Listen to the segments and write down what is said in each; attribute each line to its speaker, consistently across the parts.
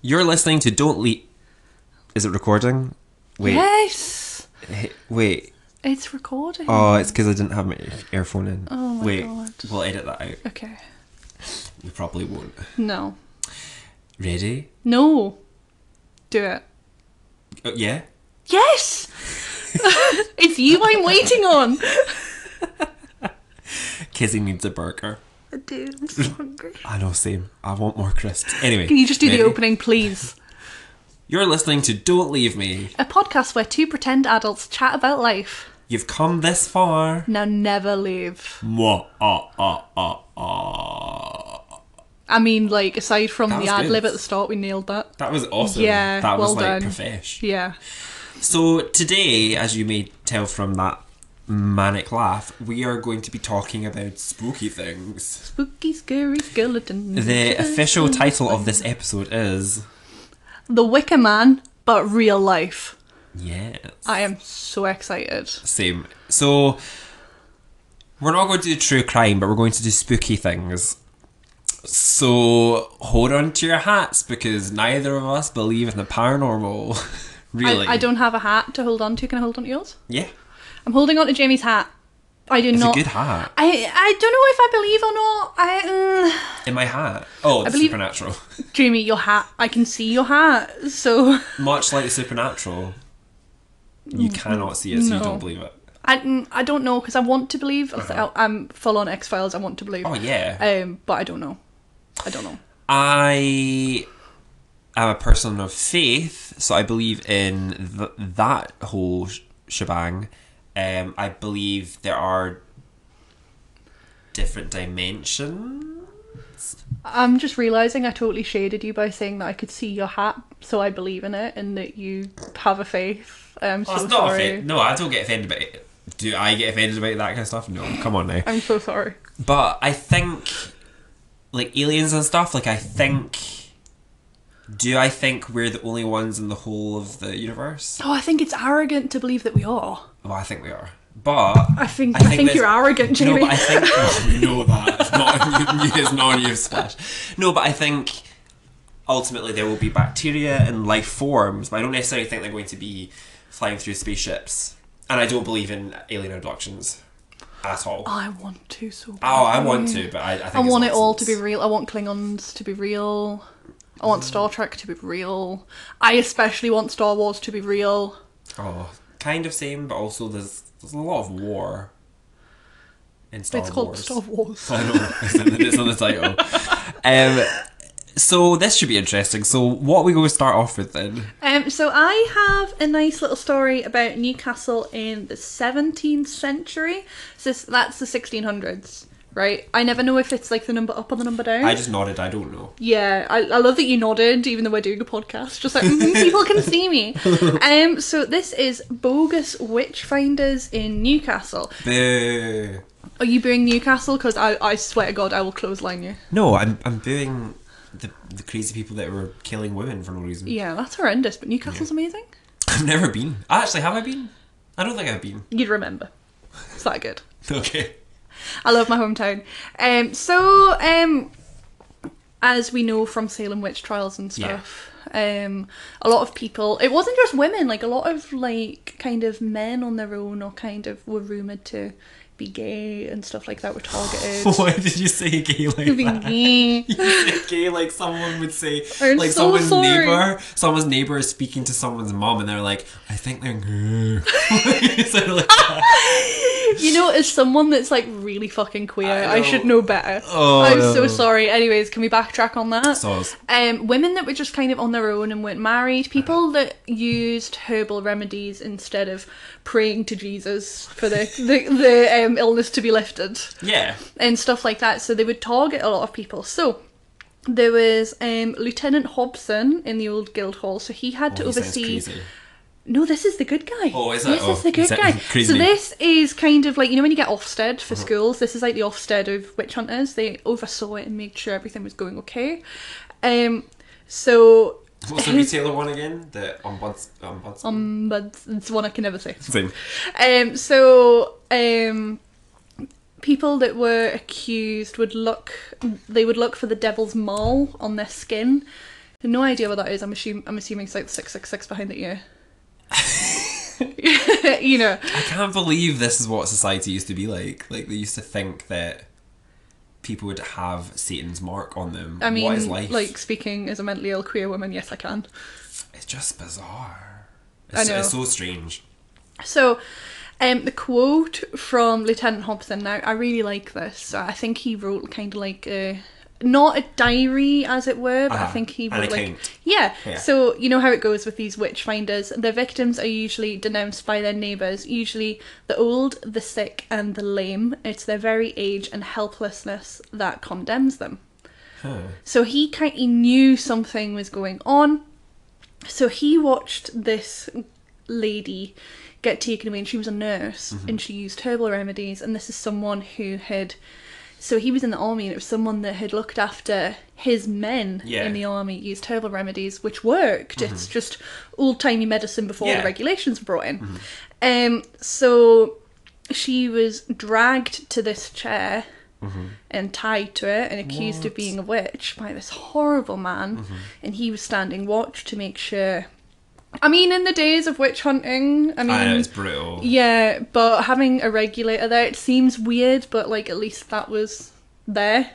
Speaker 1: You're listening to Don't Leap. Is it recording? Wait,
Speaker 2: Yes,
Speaker 1: h- wait.
Speaker 2: it's recording.
Speaker 1: Oh, it's because I didn't have my ear- earphone in.
Speaker 2: Oh my
Speaker 1: wait,
Speaker 2: God.
Speaker 1: we'll edit that out.
Speaker 2: Okay.
Speaker 1: We probably won't.
Speaker 2: No.
Speaker 1: Ready?
Speaker 2: No. Do it.
Speaker 1: Oh, yeah.
Speaker 2: Yes. it's you I'm waiting on.
Speaker 1: Kizzy needs a burger.
Speaker 2: I do. I'm so hungry.
Speaker 1: I know, same. I want more crisps. Anyway,
Speaker 2: Can you just do the
Speaker 1: ready?
Speaker 2: opening, please?
Speaker 1: You're listening to Don't Leave Me.
Speaker 2: A podcast where two pretend adults chat about life.
Speaker 1: You've come this far.
Speaker 2: Now never leave.
Speaker 1: Mwah, ah, ah, ah, ah.
Speaker 2: I mean, like aside from
Speaker 1: That
Speaker 2: the
Speaker 1: was
Speaker 2: ad lib
Speaker 1: good.
Speaker 2: at the start, we nailed that.
Speaker 1: That was awesome.
Speaker 2: Yeah,
Speaker 1: that was
Speaker 2: well
Speaker 1: like
Speaker 2: done.
Speaker 1: profesh.
Speaker 2: Yeah.
Speaker 1: So today, as you may tell from that manic laugh, we are going to be talking about spooky things.
Speaker 2: Spooky, scary skeleton.
Speaker 1: The official title of this episode is
Speaker 2: The Wicker Man, but real life.
Speaker 1: yes,
Speaker 2: I am so excited.
Speaker 1: same. So we're not going to do true crime, but we're going to do spooky things. So hold on to your hats because neither of us believe in the paranormal. really,
Speaker 2: I, I don't have a hat to hold on to. Can I hold on to yours?
Speaker 1: Yeah,
Speaker 2: I'm holding on to Jamie's hat. I do
Speaker 1: it's
Speaker 2: not.
Speaker 1: a good hat.
Speaker 2: I I don't know if I believe or not. I
Speaker 1: In my hat. Oh, it's
Speaker 2: believe-
Speaker 1: supernatural.
Speaker 2: mm. Jamie, your hat. I can see your hat. So
Speaker 1: much like the supernatural, you cannot see it, so you
Speaker 2: Mm. No.
Speaker 1: don't believe it.
Speaker 2: I mm, I don't know because I want to believe. I, am full on X Files. I want to believe.
Speaker 1: Uh-huh. Oh yeah,
Speaker 2: Um, but I don't know. I don't know.
Speaker 1: I am a person of faith, so I believe in th- that whole sh- shebang. Um, I believe there are different dimensions.
Speaker 2: I'm just realizing I totally shaded you by saying that I could see your hat, so I believe in it and that you have a faith. I'm so
Speaker 1: Oh, it's not
Speaker 2: sorry.
Speaker 1: offend- No, I don't get offended by it. Do I get offended about that kind of stuff? No, come on now.
Speaker 2: I'm so sorry.
Speaker 1: But I think, like aliens and stuff. Like I think, do I think we're the only ones in the whole of the universe?
Speaker 2: Oh, I think it's arrogant to believe that we are.
Speaker 1: Well, I think we are. But
Speaker 2: I think I think,
Speaker 1: there's-
Speaker 2: you're arrogant,
Speaker 1: No,
Speaker 2: Jamie.
Speaker 1: but I think oh, we know that. It's not. It's not a newsflash. No, but I think ultimately there will be bacteria and life forms. But I don't necessarily think they're going to be flying through spaceships. And I don't believe in alien abductions at all.
Speaker 2: I want to so.
Speaker 1: Oh, I want to, but I, I think
Speaker 2: Oh. I
Speaker 1: it's
Speaker 2: want it all to
Speaker 1: nonsense.
Speaker 2: be real. I want Klingons to be real. I want Star Trek to be real. I especially want Star Wars to be real.
Speaker 1: Oh, kind of same, but also there's there's a lot of war in Star
Speaker 2: it's called
Speaker 1: Wars.
Speaker 2: Star Wars.
Speaker 1: I know it's in the, it's in the title. Um, so this should be interesting. So what are we going to start off with then?
Speaker 2: Um, so I have a nice little story about Newcastle in the 17th century. So s- that's the 1600s, right? I never know if it's like the number up or the number down.
Speaker 1: I just nodded. I don't know.
Speaker 2: Yeah, I, I love that you nodded, even though we're doing a podcast. Just like "Mhm, people can see me. Um, so this is bogus witch finders in Newcastle.
Speaker 1: Boo.
Speaker 2: Are you booing Newcastle? Because I, I swear to God, I will clothesline you.
Speaker 1: No, I'm I'm booing the the crazy people that were killing women for no reason.
Speaker 2: Yeah, that's horrendous. But Newcastle's amazing.
Speaker 1: I've never been. Actually, have I been? I don't think I've been.
Speaker 2: You'd remember. It's that good.
Speaker 1: Okay.
Speaker 2: I love my hometown. Um, so um, as we know from Salem witch trials and
Speaker 1: Yeah.
Speaker 2: stuff, um, a lot of people. It wasn't just women. Like a lot of like kind of men on their own, or kind of were rumored to be gay and stuff like that. Were targeted.
Speaker 1: Why did you say gay like
Speaker 2: Being
Speaker 1: that?
Speaker 2: gay.
Speaker 1: okay, like someone would say,
Speaker 2: I'm
Speaker 1: like
Speaker 2: so
Speaker 1: someone's
Speaker 2: sorry.
Speaker 1: neighbor, someone's neighbor is speaking to someone's mom, and they're like, "I think they're." gay." so like,
Speaker 2: You know, as someone that's like really fucking queer,
Speaker 1: I
Speaker 2: I, should
Speaker 1: know.
Speaker 2: know better.
Speaker 1: Oh,
Speaker 2: I'm
Speaker 1: no.
Speaker 2: so sorry. Anyways, can we backtrack on that?
Speaker 1: Soz.
Speaker 2: Um, women that were just kind of on their own and weren't married, people
Speaker 1: Uh-huh.
Speaker 2: that used herbal remedies instead of praying to Jesus for the the, the um, illness to be lifted
Speaker 1: yeah,
Speaker 2: and stuff like that. So they would target a lot of people. So there was um, Lieutenant Hobson in the old Guildhall, so he had to
Speaker 1: Oh, he sounds
Speaker 2: oversee.
Speaker 1: crazy.
Speaker 2: No, this is the good guy.
Speaker 1: Oh, is it?
Speaker 2: This
Speaker 1: Oh,
Speaker 2: is the good
Speaker 1: is it?
Speaker 2: guy.
Speaker 1: Crazy Uh-huh.
Speaker 2: So
Speaker 1: name.
Speaker 2: this is kind of like you know when you get Ofsted for schools. This is like the Ofsted of witch hunters. They oversaw it and made sure everything was going okay. Um, so
Speaker 1: What's the retailer one again? The ombuds, ombuds.
Speaker 2: um, but it's one I can never say.
Speaker 1: Thing.
Speaker 2: Um, so um, people that were accused would look. They would look for the devil's mole on their skin. No idea what that is. I'm assuming I'm assuming it's like six six six behind the ear. you know,
Speaker 1: I can't believe this is what society used to be like. Like they used to think that people would have Satan's mark on them.
Speaker 2: I mean,
Speaker 1: what is life?
Speaker 2: like speaking as a mentally ill queer woman, yes, I can.
Speaker 1: it's just bizarre.
Speaker 2: I
Speaker 1: It's,
Speaker 2: know.
Speaker 1: it's so strange.
Speaker 2: So, um, the quote from Lieutenant Hobson. Now, I really like this. So I think he wrote kind of like a, not a diary, as it were, but I
Speaker 1: Uh-huh.
Speaker 2: think he
Speaker 1: An
Speaker 2: wrote like
Speaker 1: account.
Speaker 2: yeah.
Speaker 1: Yeah.
Speaker 2: So you know how it goes with these witch finders. The victims are usually denounced by their neighbours, usually the old, the sick, and the lame. It's their very age and helplessness that condemns them. So he kind of knew something was going on. So he watched this lady get taken away, and she was a nurse,
Speaker 1: Mm-hmm.
Speaker 2: and she used herbal remedies. And this is someone who had. So he was in the army, and it was someone that had looked after his men
Speaker 1: Yeah. Mm-hmm.
Speaker 2: in the army, used herbal remedies, which worked. It's just old timey medicine before
Speaker 1: Yeah. Mm-hmm.
Speaker 2: the regulations were brought in. Um, so she was dragged to this chair and tied to it and accused of being a witch by this horrible man,
Speaker 1: Mm-hmm.
Speaker 2: and he was standing watch to make sure. I mean, in the days of witch hunting, I mean,
Speaker 1: I know it's brutal.
Speaker 2: yeah, but having a regulator there, it seems weird, but like at least that was there.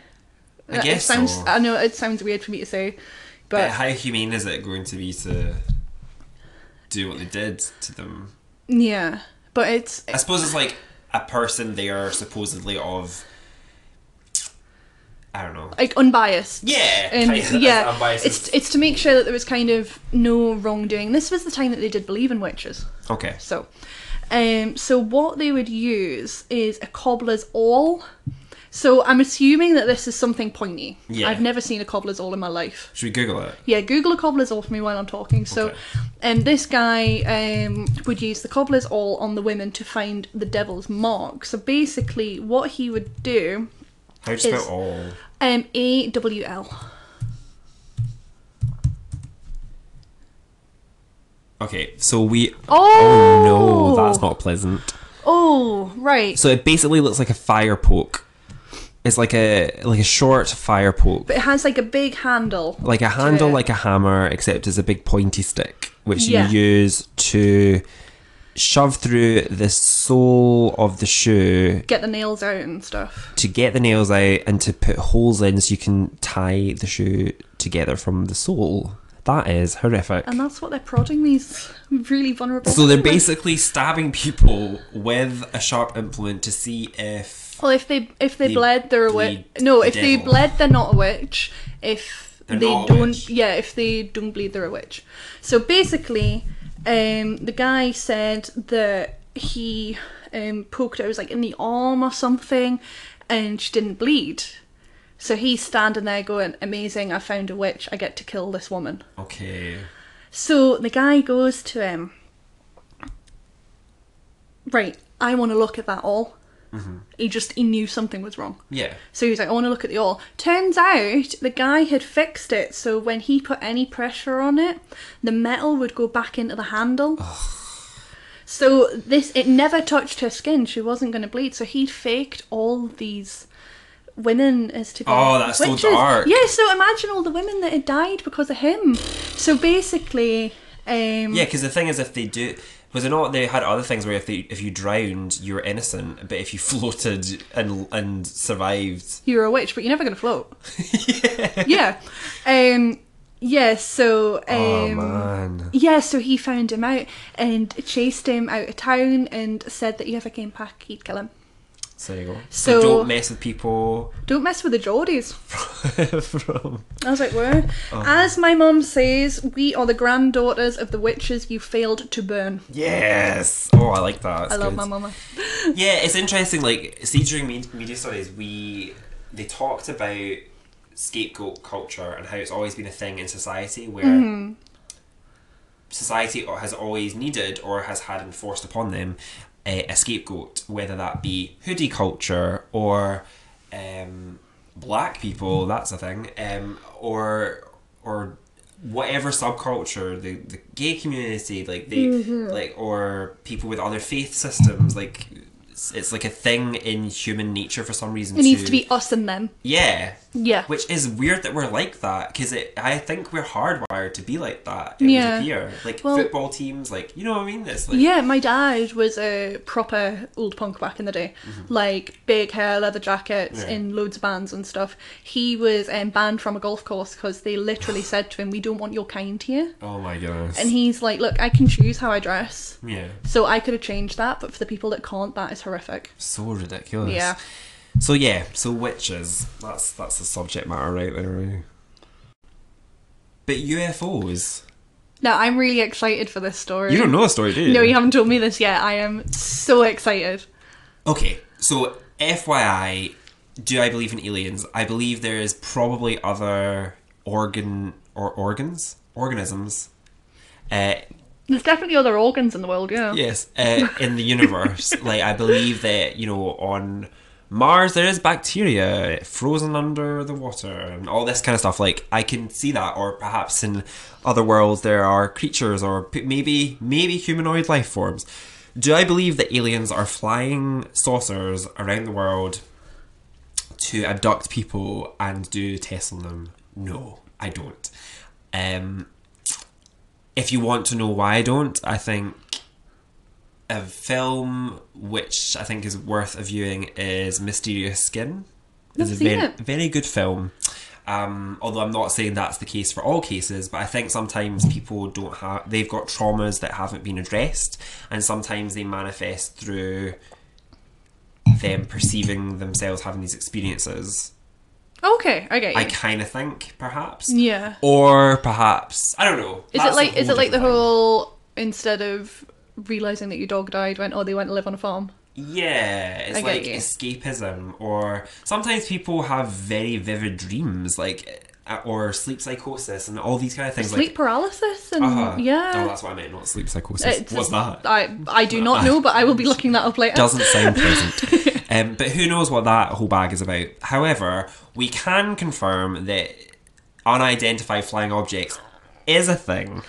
Speaker 1: I guess
Speaker 2: it sounds.
Speaker 1: so.
Speaker 2: I know it sounds weird for me to say,
Speaker 1: But
Speaker 2: but
Speaker 1: how humane is it going to be to do what they did to them?
Speaker 2: yeah, but it's
Speaker 1: I suppose it's like a person they are supposedly of. I don't know.
Speaker 2: like unbiased.
Speaker 1: Yeah,
Speaker 2: and
Speaker 1: kind of,
Speaker 2: yeah,
Speaker 1: that's unbiased.
Speaker 2: it's it's to make sure that there was kind of no wrongdoing. This was the time that they did believe in witches.
Speaker 1: Okay.
Speaker 2: So, um, so what they would use is a cobbler's awl. So I'm assuming that this is something pointy.
Speaker 1: Yeah.
Speaker 2: I've never seen a cobbler's awl in my life.
Speaker 1: Should we Google it?
Speaker 2: Yeah, Google a cobbler's awl for me while I'm talking. So,
Speaker 1: Okay.
Speaker 2: um, this guy um, would use the cobbler's awl on the women to find the devil's mark. So basically, what he would do,
Speaker 1: How do you spell
Speaker 2: It's-
Speaker 1: all?
Speaker 2: um, A W L.
Speaker 1: Okay, so we.
Speaker 2: Oh!
Speaker 1: no, that's not pleasant.
Speaker 2: Oh, right.
Speaker 1: So it basically looks like a fire poke. It's like a like a short fire poke,
Speaker 2: but it has like a big handle.
Speaker 1: like a handle,
Speaker 2: it.
Speaker 1: like a hammer, except it's a big pointy stick, which
Speaker 2: Yeah.
Speaker 1: you use to shove through the sole of the shoe
Speaker 2: Get the nails out and stuff.
Speaker 1: to get the nails out and to put holes in so you can tie the shoe together from the sole. That is horrific.
Speaker 2: And that's what they're prodding these really vulnerable.
Speaker 1: So they're
Speaker 2: women with.
Speaker 1: basically stabbing people with a sharp implement to see if
Speaker 2: Well, if they if they,
Speaker 1: They
Speaker 2: bled, they're a witch.
Speaker 1: bleed
Speaker 2: No,
Speaker 1: the
Speaker 2: if they
Speaker 1: devil.
Speaker 2: bled, they're not a witch. If
Speaker 1: They're
Speaker 2: they
Speaker 1: not a
Speaker 2: don't,
Speaker 1: witch.
Speaker 2: yeah, if they don't bleed, they're a witch. So basically, um, the guy said that he um, poked her. It was like in the arm or something, and she didn't bleed. So he's standing there going, "Amazing! I found a witch. I get to kill this woman."
Speaker 1: okay.
Speaker 2: So the guy goes to him, right, I want to look at that all. He just he knew something was wrong.
Speaker 1: Yeah.
Speaker 2: So he was like, I want to look at the all. Turns out the guy had fixed it so when he put any pressure on it, the metal would go back into the handle. So this it never touched her skin. She wasn't going to bleed. So he'd faked all these women as to be
Speaker 1: Oh, that's so
Speaker 2: witches.
Speaker 1: dark.
Speaker 2: Yeah, so imagine all the women that had died because of him. So basically, um,
Speaker 1: Yeah, because the thing is, if they do, was it not? They had other things where if they if you drowned, you were innocent, but if you floated and and survived,
Speaker 2: you're a witch, but you're never going to float. yeah. Um, yeah, so. Um,
Speaker 1: oh man,
Speaker 2: Yeah, so he found him out and chased him out of town and said that if he ever came back, he'd kill him.
Speaker 1: so there you go.
Speaker 2: So-
Speaker 1: don't mess with people.
Speaker 2: Don't mess with the Geordies.
Speaker 1: from
Speaker 2: I was like, where?
Speaker 1: Oh.
Speaker 2: As my mum says, we are the granddaughters of the witches you failed to burn.
Speaker 1: yes, oh I like that. That's
Speaker 2: I love
Speaker 1: good.
Speaker 2: my mama.
Speaker 1: Yeah, it's interesting. Like, see, during me- media studies, we they talked about scapegoat culture and how it's always been a thing in society where
Speaker 2: Mm-hmm.
Speaker 1: society o- has always needed or has had enforced upon them eh, a, a scapegoat, whether that be hoodie culture or um, black people.
Speaker 2: Mm-hmm.
Speaker 1: That's a thing, um, or or whatever subculture the, the
Speaker 2: Mm-hmm.
Speaker 1: gay community like they like or people with other faith systems like it's it's like a thing in human nature for some reason.
Speaker 2: It needs to be us and them.
Speaker 1: Yeah.
Speaker 2: Yeah.
Speaker 1: Which is weird that we're like that because I think we're hardwired to be like that. It
Speaker 2: Yeah.
Speaker 1: would appear like
Speaker 2: Well-
Speaker 1: football teams, like you know what I mean. It's like
Speaker 2: Yeah, my dad was a proper old punk back in the day. Like big hair, leather jackets,
Speaker 1: Mm-hmm. Yeah.
Speaker 2: in loads of bands and stuff. He was um, banned from a golf course because they literally said to him, "We don't want your kind here."
Speaker 1: oh my goodness.
Speaker 2: And he's like, "Look, I can choose how I dress."
Speaker 1: yeah.
Speaker 2: So I could have changed that, but for the people that can't, that is horrific.
Speaker 1: So ridiculous.
Speaker 2: Yeah.
Speaker 1: So yeah. So witches. That's that's the subject matter right there. Really. But UFOs.
Speaker 2: Now I'm really excited for this story.
Speaker 1: You don't know the story, do you?
Speaker 2: No, you haven't told me this yet. I am so excited.
Speaker 1: Okay, so FYI, do I believe in aliens? I believe there is probably other organ or organs, organisms. Uh,
Speaker 2: There's definitely other organs in the world, yeah.
Speaker 1: yes, uh, in the universe. like I believe that you know on Mars there is bacteria frozen under the water and all this kind of stuff. Like I can see that, or perhaps in other worlds there are creatures or p- maybe maybe humanoid life forms. Do I believe that aliens are flying saucers around the world to abduct people and do tests on them? No, I don't. Um, if you want to know why I don't, I think a film which I think is worth a viewing is Mysterious Skin. It's a
Speaker 2: seen
Speaker 1: very,
Speaker 2: it.
Speaker 1: very good film. Um, although I'm not saying that's the case for all cases, but I think sometimes people don't have they've got traumas that haven't been addressed, and sometimes they manifest through them perceiving themselves having these experiences.
Speaker 2: Okay, I get you.
Speaker 1: I kind of think perhaps,
Speaker 2: yeah.
Speaker 1: or perhaps I don't know.
Speaker 2: Is
Speaker 1: That's
Speaker 2: it like
Speaker 1: a
Speaker 2: is it like the
Speaker 1: different thing.
Speaker 2: whole instead of realizing that your dog died went oh they went to live on a farm?
Speaker 1: Yeah, it's
Speaker 2: I get
Speaker 1: like
Speaker 2: you.
Speaker 1: escapism, or sometimes people have very vivid dreams, like uh, or sleep psychosis and all these kind of things.
Speaker 2: Sleep paralysis and
Speaker 1: like, uh-huh. Oh,
Speaker 2: yeah.
Speaker 1: that's what I meant. Not sleep psychosis.
Speaker 2: It's-
Speaker 1: What's that?
Speaker 2: I I do not know, but I will be looking that up later.
Speaker 1: doesn't sound pleasant. um, but who knows what that whole bag is about. However, we can confirm that unidentified flying objects is a thing.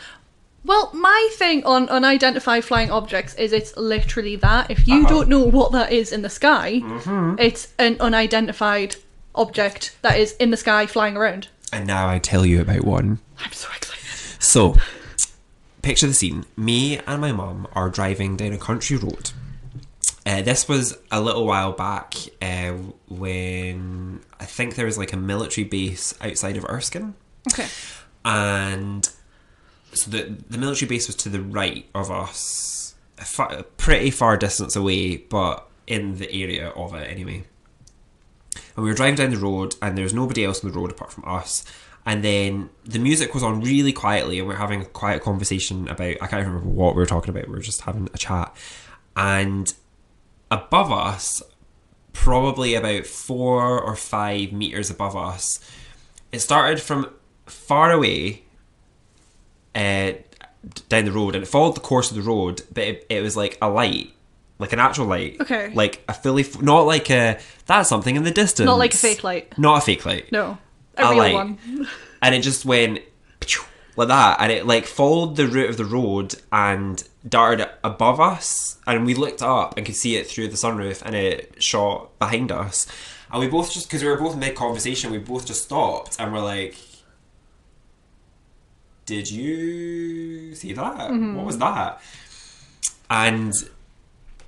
Speaker 2: Well, my thing on unidentified flying objects is it's literally that. If you
Speaker 1: Uh-huh.
Speaker 2: don't know what that is in the sky, it's an unidentified object that is in the sky flying around.
Speaker 1: And now I tell you about one.
Speaker 2: I'm so excited.
Speaker 1: So, picture the scene. Me and my mum are driving down a country road. Uh, this was a little while back uh, when I think there was like a military base outside of Erskine
Speaker 2: Okay.
Speaker 1: and so the the military base was to the right of us, a, fa- a pretty far distance away, but in the area of it anyway. And we were driving down the road, and there was nobody else on the road apart from us. And then the music was on really quietly, and we were having a quiet conversation about I can't remember what we were talking about. We were just having a chat, and above us, probably about four or five meters above us, it started from far away uh, d- down the road and it followed the course of the road but it, it was like a light like an actual light
Speaker 2: Okay.
Speaker 1: like a fully f- not like a that's something in the distance
Speaker 2: Not like a fake light.
Speaker 1: not a fake light
Speaker 2: No. A
Speaker 1: A
Speaker 2: real
Speaker 1: light.
Speaker 2: one.
Speaker 1: and it just went like that and it like followed the route of the road and darted above us and we looked up and could see it through the sunroof and it shot behind us and we both just because we were both mid conversation we both just stopped and we're like did you see that
Speaker 2: Mm-hmm.
Speaker 1: what was that and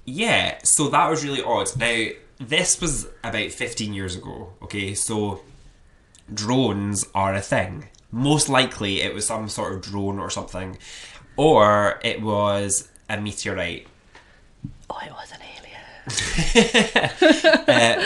Speaker 1: yeah so that was really odd now this was about 15 years ago okay so drones are a thing. Most likely, it was some sort of drone or something, or it was a meteorite.
Speaker 2: Oh, it was an alien.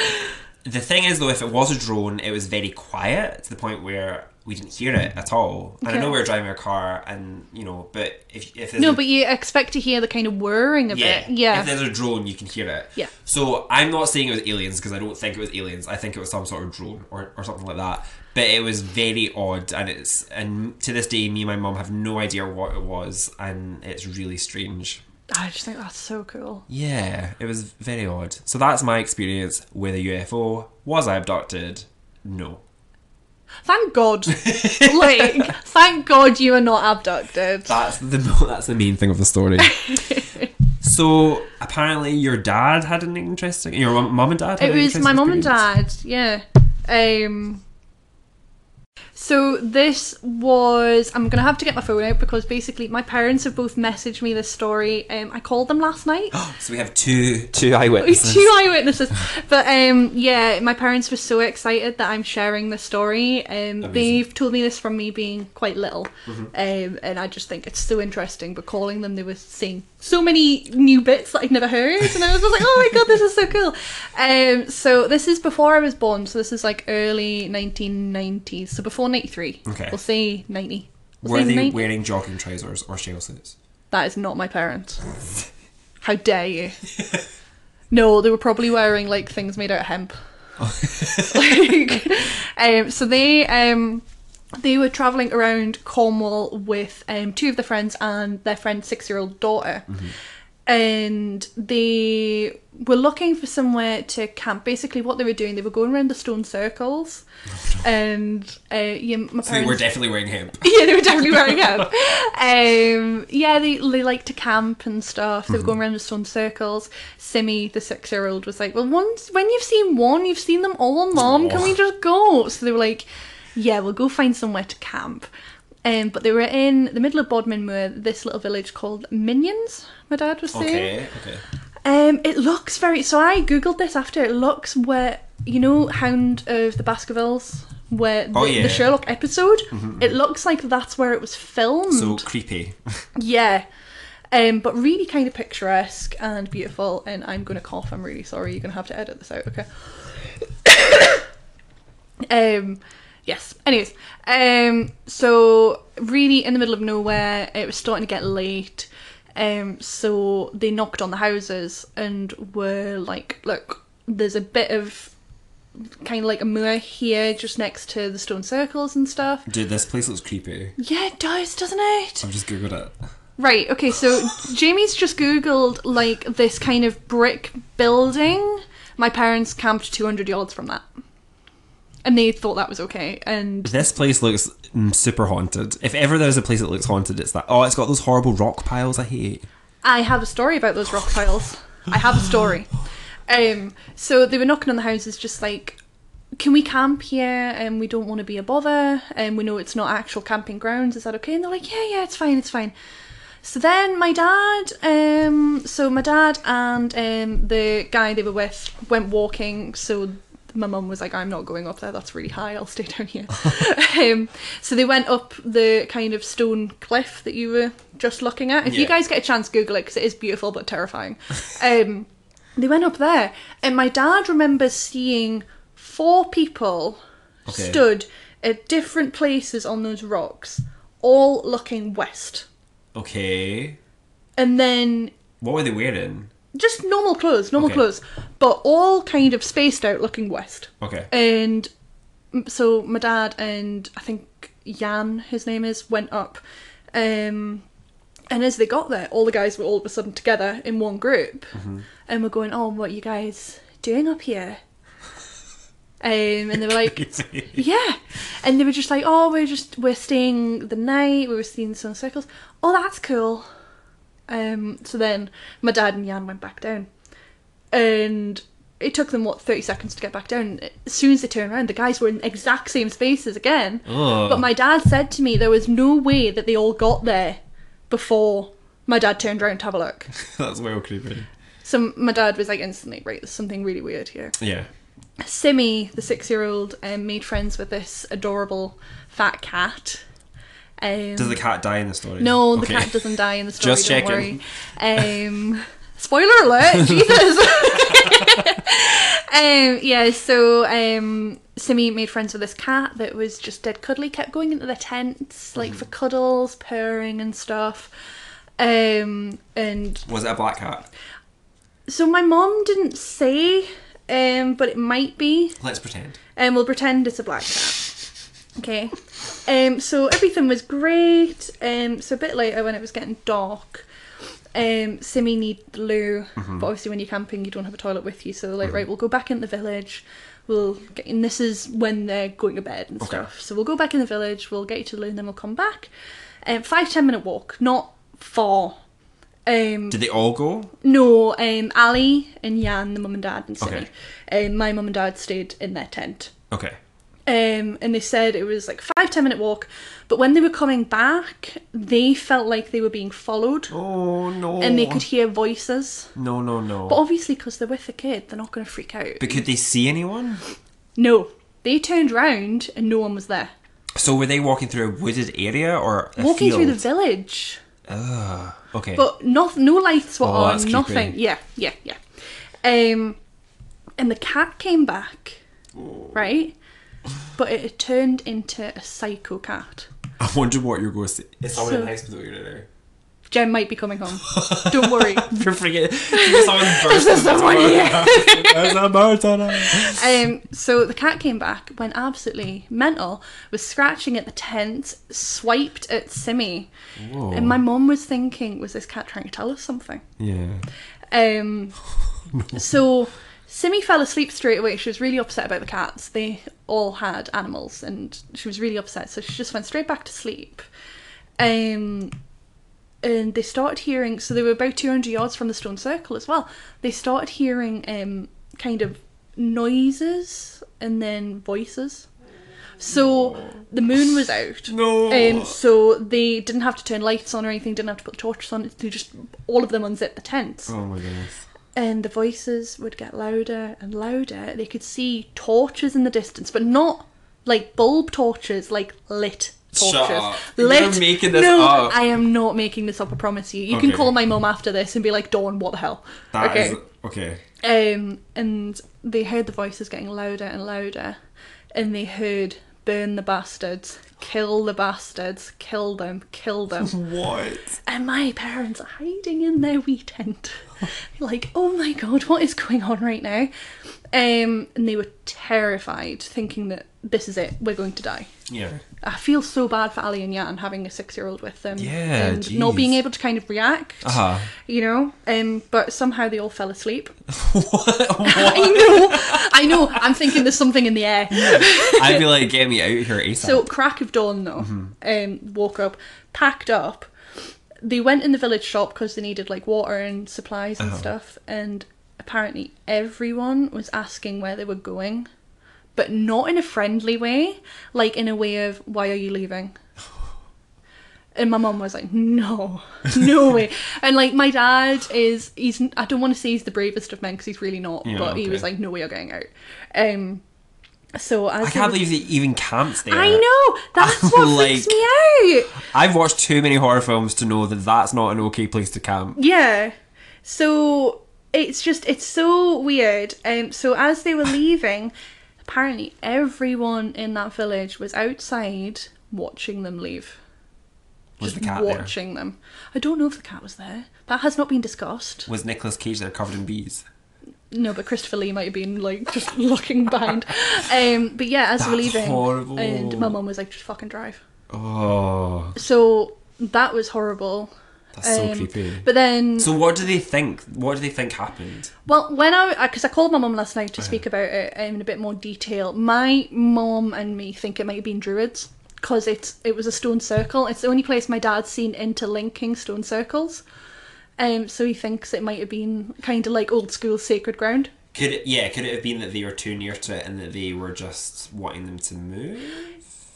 Speaker 1: The thing is, though, if it was a drone, it was very quiet to the point where we didn't hear it at all. And I know
Speaker 2: Okay.
Speaker 1: we were driving our car, and you know, but if if there's
Speaker 2: No,
Speaker 1: a-
Speaker 2: but you expect to hear the kind of whirring of
Speaker 1: yeah,
Speaker 2: it. Yeah.
Speaker 1: if there's a drone, you can hear it.
Speaker 2: Yeah.
Speaker 1: So I'm not saying it was aliens because I don't think it was aliens. I think it was some sort of drone or, or something like that. But it was very odd, and it's and to this day, me and my mum have no idea what it was, and it's really strange.
Speaker 2: I just think that's so cool.
Speaker 1: Yeah, it was very odd. So that's my experience with a UFO. Was I abducted? No.
Speaker 2: Thank God. like, thank God you are not abducted.
Speaker 1: That's the that's the main thing of the story. So apparently, your dad had an interesting. Your mum mum and dad. Had
Speaker 2: it
Speaker 1: an
Speaker 2: was my
Speaker 1: interesting
Speaker 2: mum and
Speaker 1: experience.
Speaker 2: dad yeah um so this was i'm gonna have to get my phone out because basically my parents have both messaged me this story um i called them last night
Speaker 1: So we have two.
Speaker 3: Two eyewitnesses.
Speaker 2: two eyewitnesses but um yeah my parents were so excited that i'm sharing this story um they've told me this from me being quite little um and i just think it's so interesting but calling them they were saying so many new bits that i'd never heard and i was just like oh my god this is so cool um so this is before i was born so this is like early 1990s so before 93
Speaker 1: Okay.
Speaker 2: we'll say 90 We'll
Speaker 1: Were
Speaker 2: say
Speaker 1: they
Speaker 2: 90.
Speaker 1: wearing jogging trousers or shell suits?
Speaker 2: That is not my parents. How dare you? No, they were probably wearing like things made out of hemp. like, um, so they um, they were traveling around Cornwall with um, two of their friends and their friend's six year old daughter,
Speaker 1: Mm-hmm.
Speaker 2: and they were looking for somewhere to camp. Basically, what they were doing, they were going around the stone circles, and uh, yeah, my parents
Speaker 1: So they were definitely wearing hemp.
Speaker 2: yeah, they were definitely wearing hemp. Um, yeah, they, they like to camp and stuff. They were going around in stone circles. Simi, the six year old, was like, Well, once when you've seen one, you've seen them all, Mom. Can we just go? So they were like, Yeah, we'll go find somewhere to camp. Um, but they were in the middle of Bodmin Moor, this little village called Minions, my dad was saying.
Speaker 1: Okay, okay.
Speaker 2: Um, it looks very. So I googled this after. It looks where you know Hound of the Baskervilles, where the,
Speaker 1: Oh, yeah. Mm-hmm.
Speaker 2: the Sherlock episode. It looks like that's where it was filmed.
Speaker 1: So creepy.
Speaker 2: yeah. Um, but really kind of picturesque and beautiful. And I'm going to cough. I'm really sorry. You're going to have to edit this out. Okay. um, yes. Anyways, um, so really in the middle of nowhere, it was starting to get late. Um, so they knocked on the houses and were like, "Look, there's a bit of kind of like a moor here, just next to the stone circles and stuff."
Speaker 1: Dude, this place looks creepy.
Speaker 2: Yeah, it does, doesn't it?
Speaker 1: I've just googled it.
Speaker 2: Right, okay, so Jamie's just googled like this kind of brick building. My parents camped 200 yards from that. And they thought that was okay. And
Speaker 1: This place looks mm, super haunted. If ever there's a place that looks haunted, it's that. Oh, it's got those horrible rock piles I hate.
Speaker 2: I have a story about those rock piles. I have a story. Um, so they were knocking on the houses, just like, can we camp here? And we don't want to be a bother. And we know it's not actual camping grounds. Is that okay? And they're like, yeah, yeah, it's fine, it's fine. So then my dad, um, so my dad and um, the guy they were with went walking. So my mum was like, I'm not going up there. That's really high. I'll stay down here. um, so they went up the kind of stone cliff that you were just looking at. If you
Speaker 1: Yeah.
Speaker 2: guys get a chance, Google it because it is beautiful but terrifying. um, they went up there, and my dad remembers seeing four people
Speaker 1: Okay.
Speaker 2: stood at different places on those rocks, all looking west
Speaker 1: Okay.
Speaker 2: and then
Speaker 1: What were they wearing?
Speaker 2: just normal clothes, normal
Speaker 1: Okay.
Speaker 2: clothes, but all kind of spaced out, looking west.
Speaker 1: Okay.
Speaker 2: And m- so my dad and I think Jan, his name is, went up. Um, and as they got there, all the guys were all of a sudden together in one group, and we're going, "Oh, what are you guys doing up here?" Um, and they were like, yeah and they were just like oh we're just we're staying the night we were seeing the sun circles oh that's cool um so then my dad and jan went back down and it took them what 30 seconds to get back down as soon as they turned around the guys were in the exact same spaces again
Speaker 1: Ugh.
Speaker 2: but my dad said to me there was no way that they all got there before my dad turned around to have a look
Speaker 1: That's well creepy.
Speaker 2: so my dad was like instantly right there's something really weird here
Speaker 1: Yeah.
Speaker 2: Simi, the six-year-old, um, made friends with this adorable fat cat. Um,
Speaker 1: Does the cat die in the story?
Speaker 2: no, the
Speaker 1: Okay.
Speaker 2: cat doesn't die in the story.
Speaker 1: Just
Speaker 2: don't
Speaker 1: checking.
Speaker 2: worry. Um, spoiler alert! Jesus. um, yeah. So um, Simi made friends with this cat that was just dead cuddly. Kept going into the tents
Speaker 1: Mm-hmm.
Speaker 2: like for cuddles, purring and stuff. Um, and
Speaker 1: Was it a black cat?
Speaker 2: so my mom didn't say, um, but it might be.
Speaker 1: Let's pretend.
Speaker 2: and Um, we'll pretend it's a black cat. Okay. Um, so everything was great. Um, so a bit later when it was getting dark, um, Simi needed the loo, but obviously when you're camping you don't have a toilet with you, so they're like, right, we'll go back in the village. We'll get, and this is when they're going to bed and stuff. So we'll go back in the village. We'll get you to loo, and then we'll come back. Um, five ten minute walk, not far. Um,
Speaker 1: Did they all go?
Speaker 2: no, um, Ali and Jan, the mum and dad, and Sydney.
Speaker 1: Okay.
Speaker 2: Um, my mum and dad stayed in their tent.
Speaker 1: Okay.
Speaker 2: Um, and they said it was like five ten minute walk, but when they were coming back, they felt like they were being followed,
Speaker 1: Oh no.
Speaker 2: and they could hear voices.
Speaker 1: No, no, no.
Speaker 2: But obviously, because they're with a kid, they're not going to freak out.
Speaker 1: but could they see anyone?
Speaker 2: no, they turned round and no one was there.
Speaker 1: So were they walking through a wooded area or a
Speaker 2: Walking
Speaker 1: field?
Speaker 2: through the village,
Speaker 1: Ugh. Okay.
Speaker 2: but not no lights were
Speaker 1: Oh,
Speaker 2: on,
Speaker 1: that's creepy.
Speaker 2: nothing. Yeah, yeah, yeah. Um, and the cat came back,
Speaker 1: Oh.
Speaker 2: right? But it had turned into a psycho cat.
Speaker 1: I wonder what you're going to say. It's
Speaker 2: someone in So- the
Speaker 1: hospital right now.
Speaker 2: Jen might be coming home. Don't worry.
Speaker 1: You're freaking. Someone burst
Speaker 2: There's someone here.
Speaker 1: There's a bird on it.
Speaker 2: Um, so the cat came back, went absolutely mental, was scratching at the tent, swiped at Simmy,
Speaker 1: Oh.
Speaker 2: and my mum was thinking, was this cat trying to tell us something?
Speaker 1: Yeah.
Speaker 2: Um, So Simmy fell asleep straight away. She was really upset about the cats. They all had animals, and she was really upset. So she just went straight back to sleep. Um, and they started hearing. So they were about two hundred yards from the stone circle as well. They started hearing um, kind of noises and then voices. So the moon was out.
Speaker 1: No.
Speaker 2: Um, so they didn't have to turn lights on or anything. Didn't have to put torches on. They just all of them unzipped the tents.
Speaker 1: Oh my goodness.
Speaker 2: And the voices would get louder and louder. They could see torches in the distance, but not like bulb torches, like lit torches.
Speaker 1: Shut up. You're
Speaker 2: Lit.
Speaker 1: making this
Speaker 2: no,
Speaker 1: up.
Speaker 2: I am not making this up. I promise you. You
Speaker 1: Okay.
Speaker 2: can call my mum after this and be like, "Dawn, what the hell?"
Speaker 1: That
Speaker 2: okay.
Speaker 1: is okay.
Speaker 2: Um, and they heard the voices getting louder and louder, and they heard, "Burn the bastards! Kill the bastards! Kill them! Kill them!"
Speaker 1: What?
Speaker 2: and my parents are hiding in their wee tent. like, oh my god, what is going on right now? Um, and they were terrified, thinking that this is it, we're going to die.
Speaker 1: Yeah.
Speaker 2: I feel so bad for Ali and Yan having a six-year-old with them,
Speaker 1: Yeah,
Speaker 2: and not
Speaker 1: jeez.
Speaker 2: being able to kind of react.
Speaker 1: Uh-huh.
Speaker 2: You know, um, but somehow they all fell asleep.
Speaker 1: what?
Speaker 2: I
Speaker 1: what?
Speaker 2: know, I know. I'm thinking there's something in the air.
Speaker 1: I'd be like, get me out of here ASAP.
Speaker 2: So crack of dawn though,
Speaker 1: Mm-hmm.
Speaker 2: um, woke up, packed up. They went in the village shop because they needed like water and supplies
Speaker 1: Uh-huh.
Speaker 2: and stuff, and apparently everyone was asking where they were going, but not in a friendly way, like in a way of why are you leaving. And my mum was like, "No, no way!" And like, my dad is—he's—I don't want to say he's the bravest of men because he's really not,
Speaker 1: Yeah,
Speaker 2: but he
Speaker 1: okay.
Speaker 2: was like, "No way, you're going out." Um, so as
Speaker 1: I
Speaker 2: they
Speaker 1: can't
Speaker 2: were-
Speaker 1: believe they even camped there.
Speaker 2: I know. That's what freaks
Speaker 1: Like-
Speaker 2: me out.
Speaker 1: I've watched too many horror films to know that that's not an okay place to camp.
Speaker 2: Yeah. So it's just it's so weird. Um so as they were leaving, apparently everyone in that village was outside watching them leave.
Speaker 1: Was the
Speaker 2: Just
Speaker 1: cat there?
Speaker 2: watching them. I don't know if the cat was there. That has not been discussed.
Speaker 1: Was Nicolas Cage there covered in bees?
Speaker 2: No, but Christopher Lee might have been like just looking behind. Um but yeah, as they were
Speaker 1: That's
Speaker 2: leaving
Speaker 1: horrible.
Speaker 2: and my mum was like, just fucking drive.
Speaker 1: Oh,
Speaker 2: So that was horrible.
Speaker 1: that's so
Speaker 2: Um,
Speaker 1: creepy.
Speaker 2: But then
Speaker 1: So what do they think? What do they think happened?
Speaker 2: Well, when I because I called my mum last night to speak about it um, in a bit more detail. My mum and me think it might have been druids because it's it was a stone circle. It's the only place my dad's seen interlinking stone circles. Um, so he thinks it might have been kind of like old school sacred ground.
Speaker 1: Could it, yeah, could it have been that they were too near to it and that they were just wanting them to move?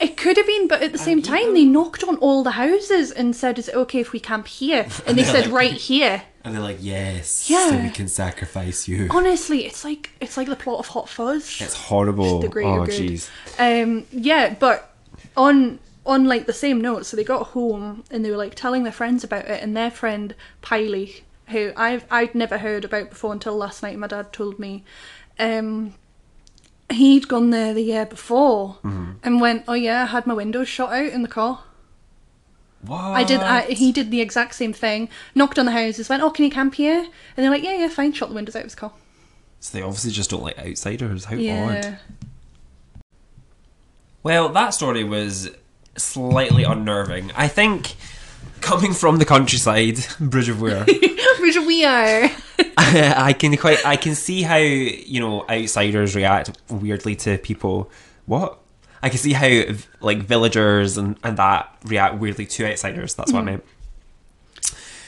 Speaker 2: It could have been, but at the same time, they knocked on all the houses and said, "Is it okay if we camp here?" And they
Speaker 1: they're
Speaker 2: said,
Speaker 1: like-
Speaker 2: "Right here."
Speaker 1: And they're like, yes, so
Speaker 2: Yeah. Oh,
Speaker 1: we can sacrifice you.
Speaker 2: Honestly, it's like it's like the plot of Hot Fuzz.
Speaker 1: It's horrible.
Speaker 2: the greater
Speaker 1: oh,
Speaker 2: good.
Speaker 1: jeez.
Speaker 2: Um, yeah, but on on like the same note, so they got home and they were like telling their friends about it, and their friend Piley, who I've I'd never heard about before until last night, my dad told me, um, he'd gone there the year before
Speaker 1: Mm-hmm.
Speaker 2: and went, oh yeah, I had my windows shot out in the car.
Speaker 1: What?
Speaker 2: I did. I, he did the exact same thing. Knocked on the houses, went, oh, can you camp here? And they're like, yeah, yeah, fine. Shot the windows out of his car.
Speaker 1: So they obviously just don't like outsiders. How
Speaker 2: Yeah.
Speaker 1: odd. Well, that story was slightly unnerving. I think coming from the countryside, Bridge of Weir,
Speaker 2: Which we are.
Speaker 1: I can quite I can see how you know outsiders react weirdly to people. What I can see how
Speaker 2: Hmm.
Speaker 1: like villagers and and that react weirdly to outsiders. That's what I meant.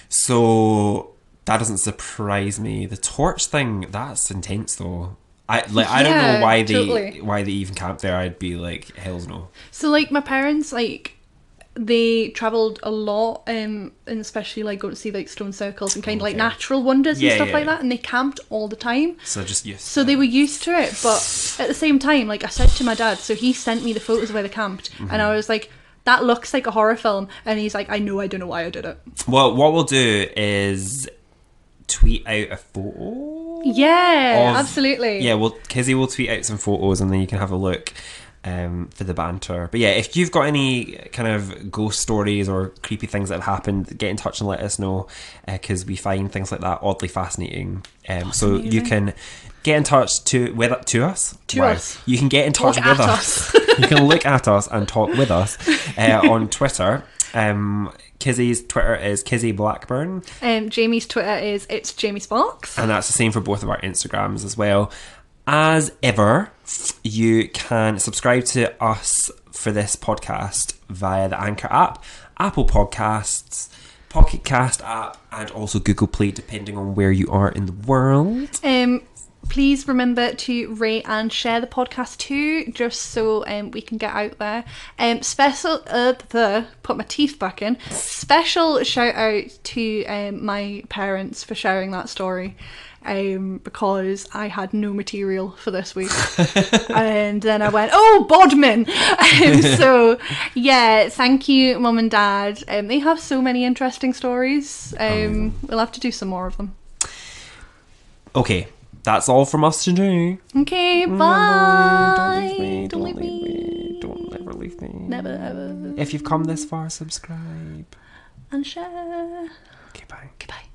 Speaker 1: So that doesn't surprise me. The torch thing, that's intense though. I like I don't
Speaker 2: Yeah,
Speaker 1: know why they
Speaker 2: totally.
Speaker 1: why they even camped there. I'd be like, hell's no.
Speaker 2: So like my parents like they travelled a lot, um, and especially like going to see like stone circles and kind of like
Speaker 1: Okay.
Speaker 2: natural wonders
Speaker 1: Yeah,
Speaker 2: and stuff
Speaker 1: yeah,
Speaker 2: like
Speaker 1: yeah.
Speaker 2: that, and they camped all the time.
Speaker 1: So just yes.
Speaker 2: So they were used to it, but at the same time, like I said to my dad, so he sent me the photos of where they camped,
Speaker 1: Mm-hmm.
Speaker 2: and I was like, "That looks like a horror film," and he's like, "I know, I don't know why I did it."
Speaker 1: Well, what we'll do is tweet out a photo.
Speaker 2: Yeah,
Speaker 1: of-
Speaker 2: absolutely.
Speaker 1: Yeah, well, Kizzy will tweet out some photos and then you can have a look um, for the banter. But yeah, if you've got any kind of ghost stories or creepy things that have happened, get in touch and let us know because we find things like that oddly fascinating. Um, so you
Speaker 2: amazing.
Speaker 1: can get in touch to with to us.
Speaker 2: To us.
Speaker 1: You can get in touch
Speaker 2: Look
Speaker 1: with
Speaker 2: at
Speaker 1: us. you can look at us and talk with us uh, on Twitter. Um, Kizzy's Twitter is Kizzy Blackburn.
Speaker 2: Um, Jamie's Twitter is it's Jamie Sparks.
Speaker 1: And that's the same for both of our Instagrams as well. As ever, you can subscribe to us for this podcast via the Anchor app, Apple Podcasts, Pocket Cast app, and also Google Play, depending on where you are in the world.
Speaker 2: Um, please remember to rate and share the podcast too, just so um, we can get out there. Um, special uh, the put my teeth back in. Special shout out to um, my parents for sharing that story. Um, because I had no material for this week, and then I went, "Oh, Bodmin!" Um, so, yeah, thank you, mum and dad. Um, they have so many interesting stories. Um, we'll have to do some more of them.
Speaker 1: Okay, that's all from us today.
Speaker 2: Okay, bye.
Speaker 1: Don't leave me. Don't ever leave me.
Speaker 2: Never ever.
Speaker 1: If you've come this far, subscribe.
Speaker 2: And share.
Speaker 1: Okay, bye.
Speaker 2: Goodbye.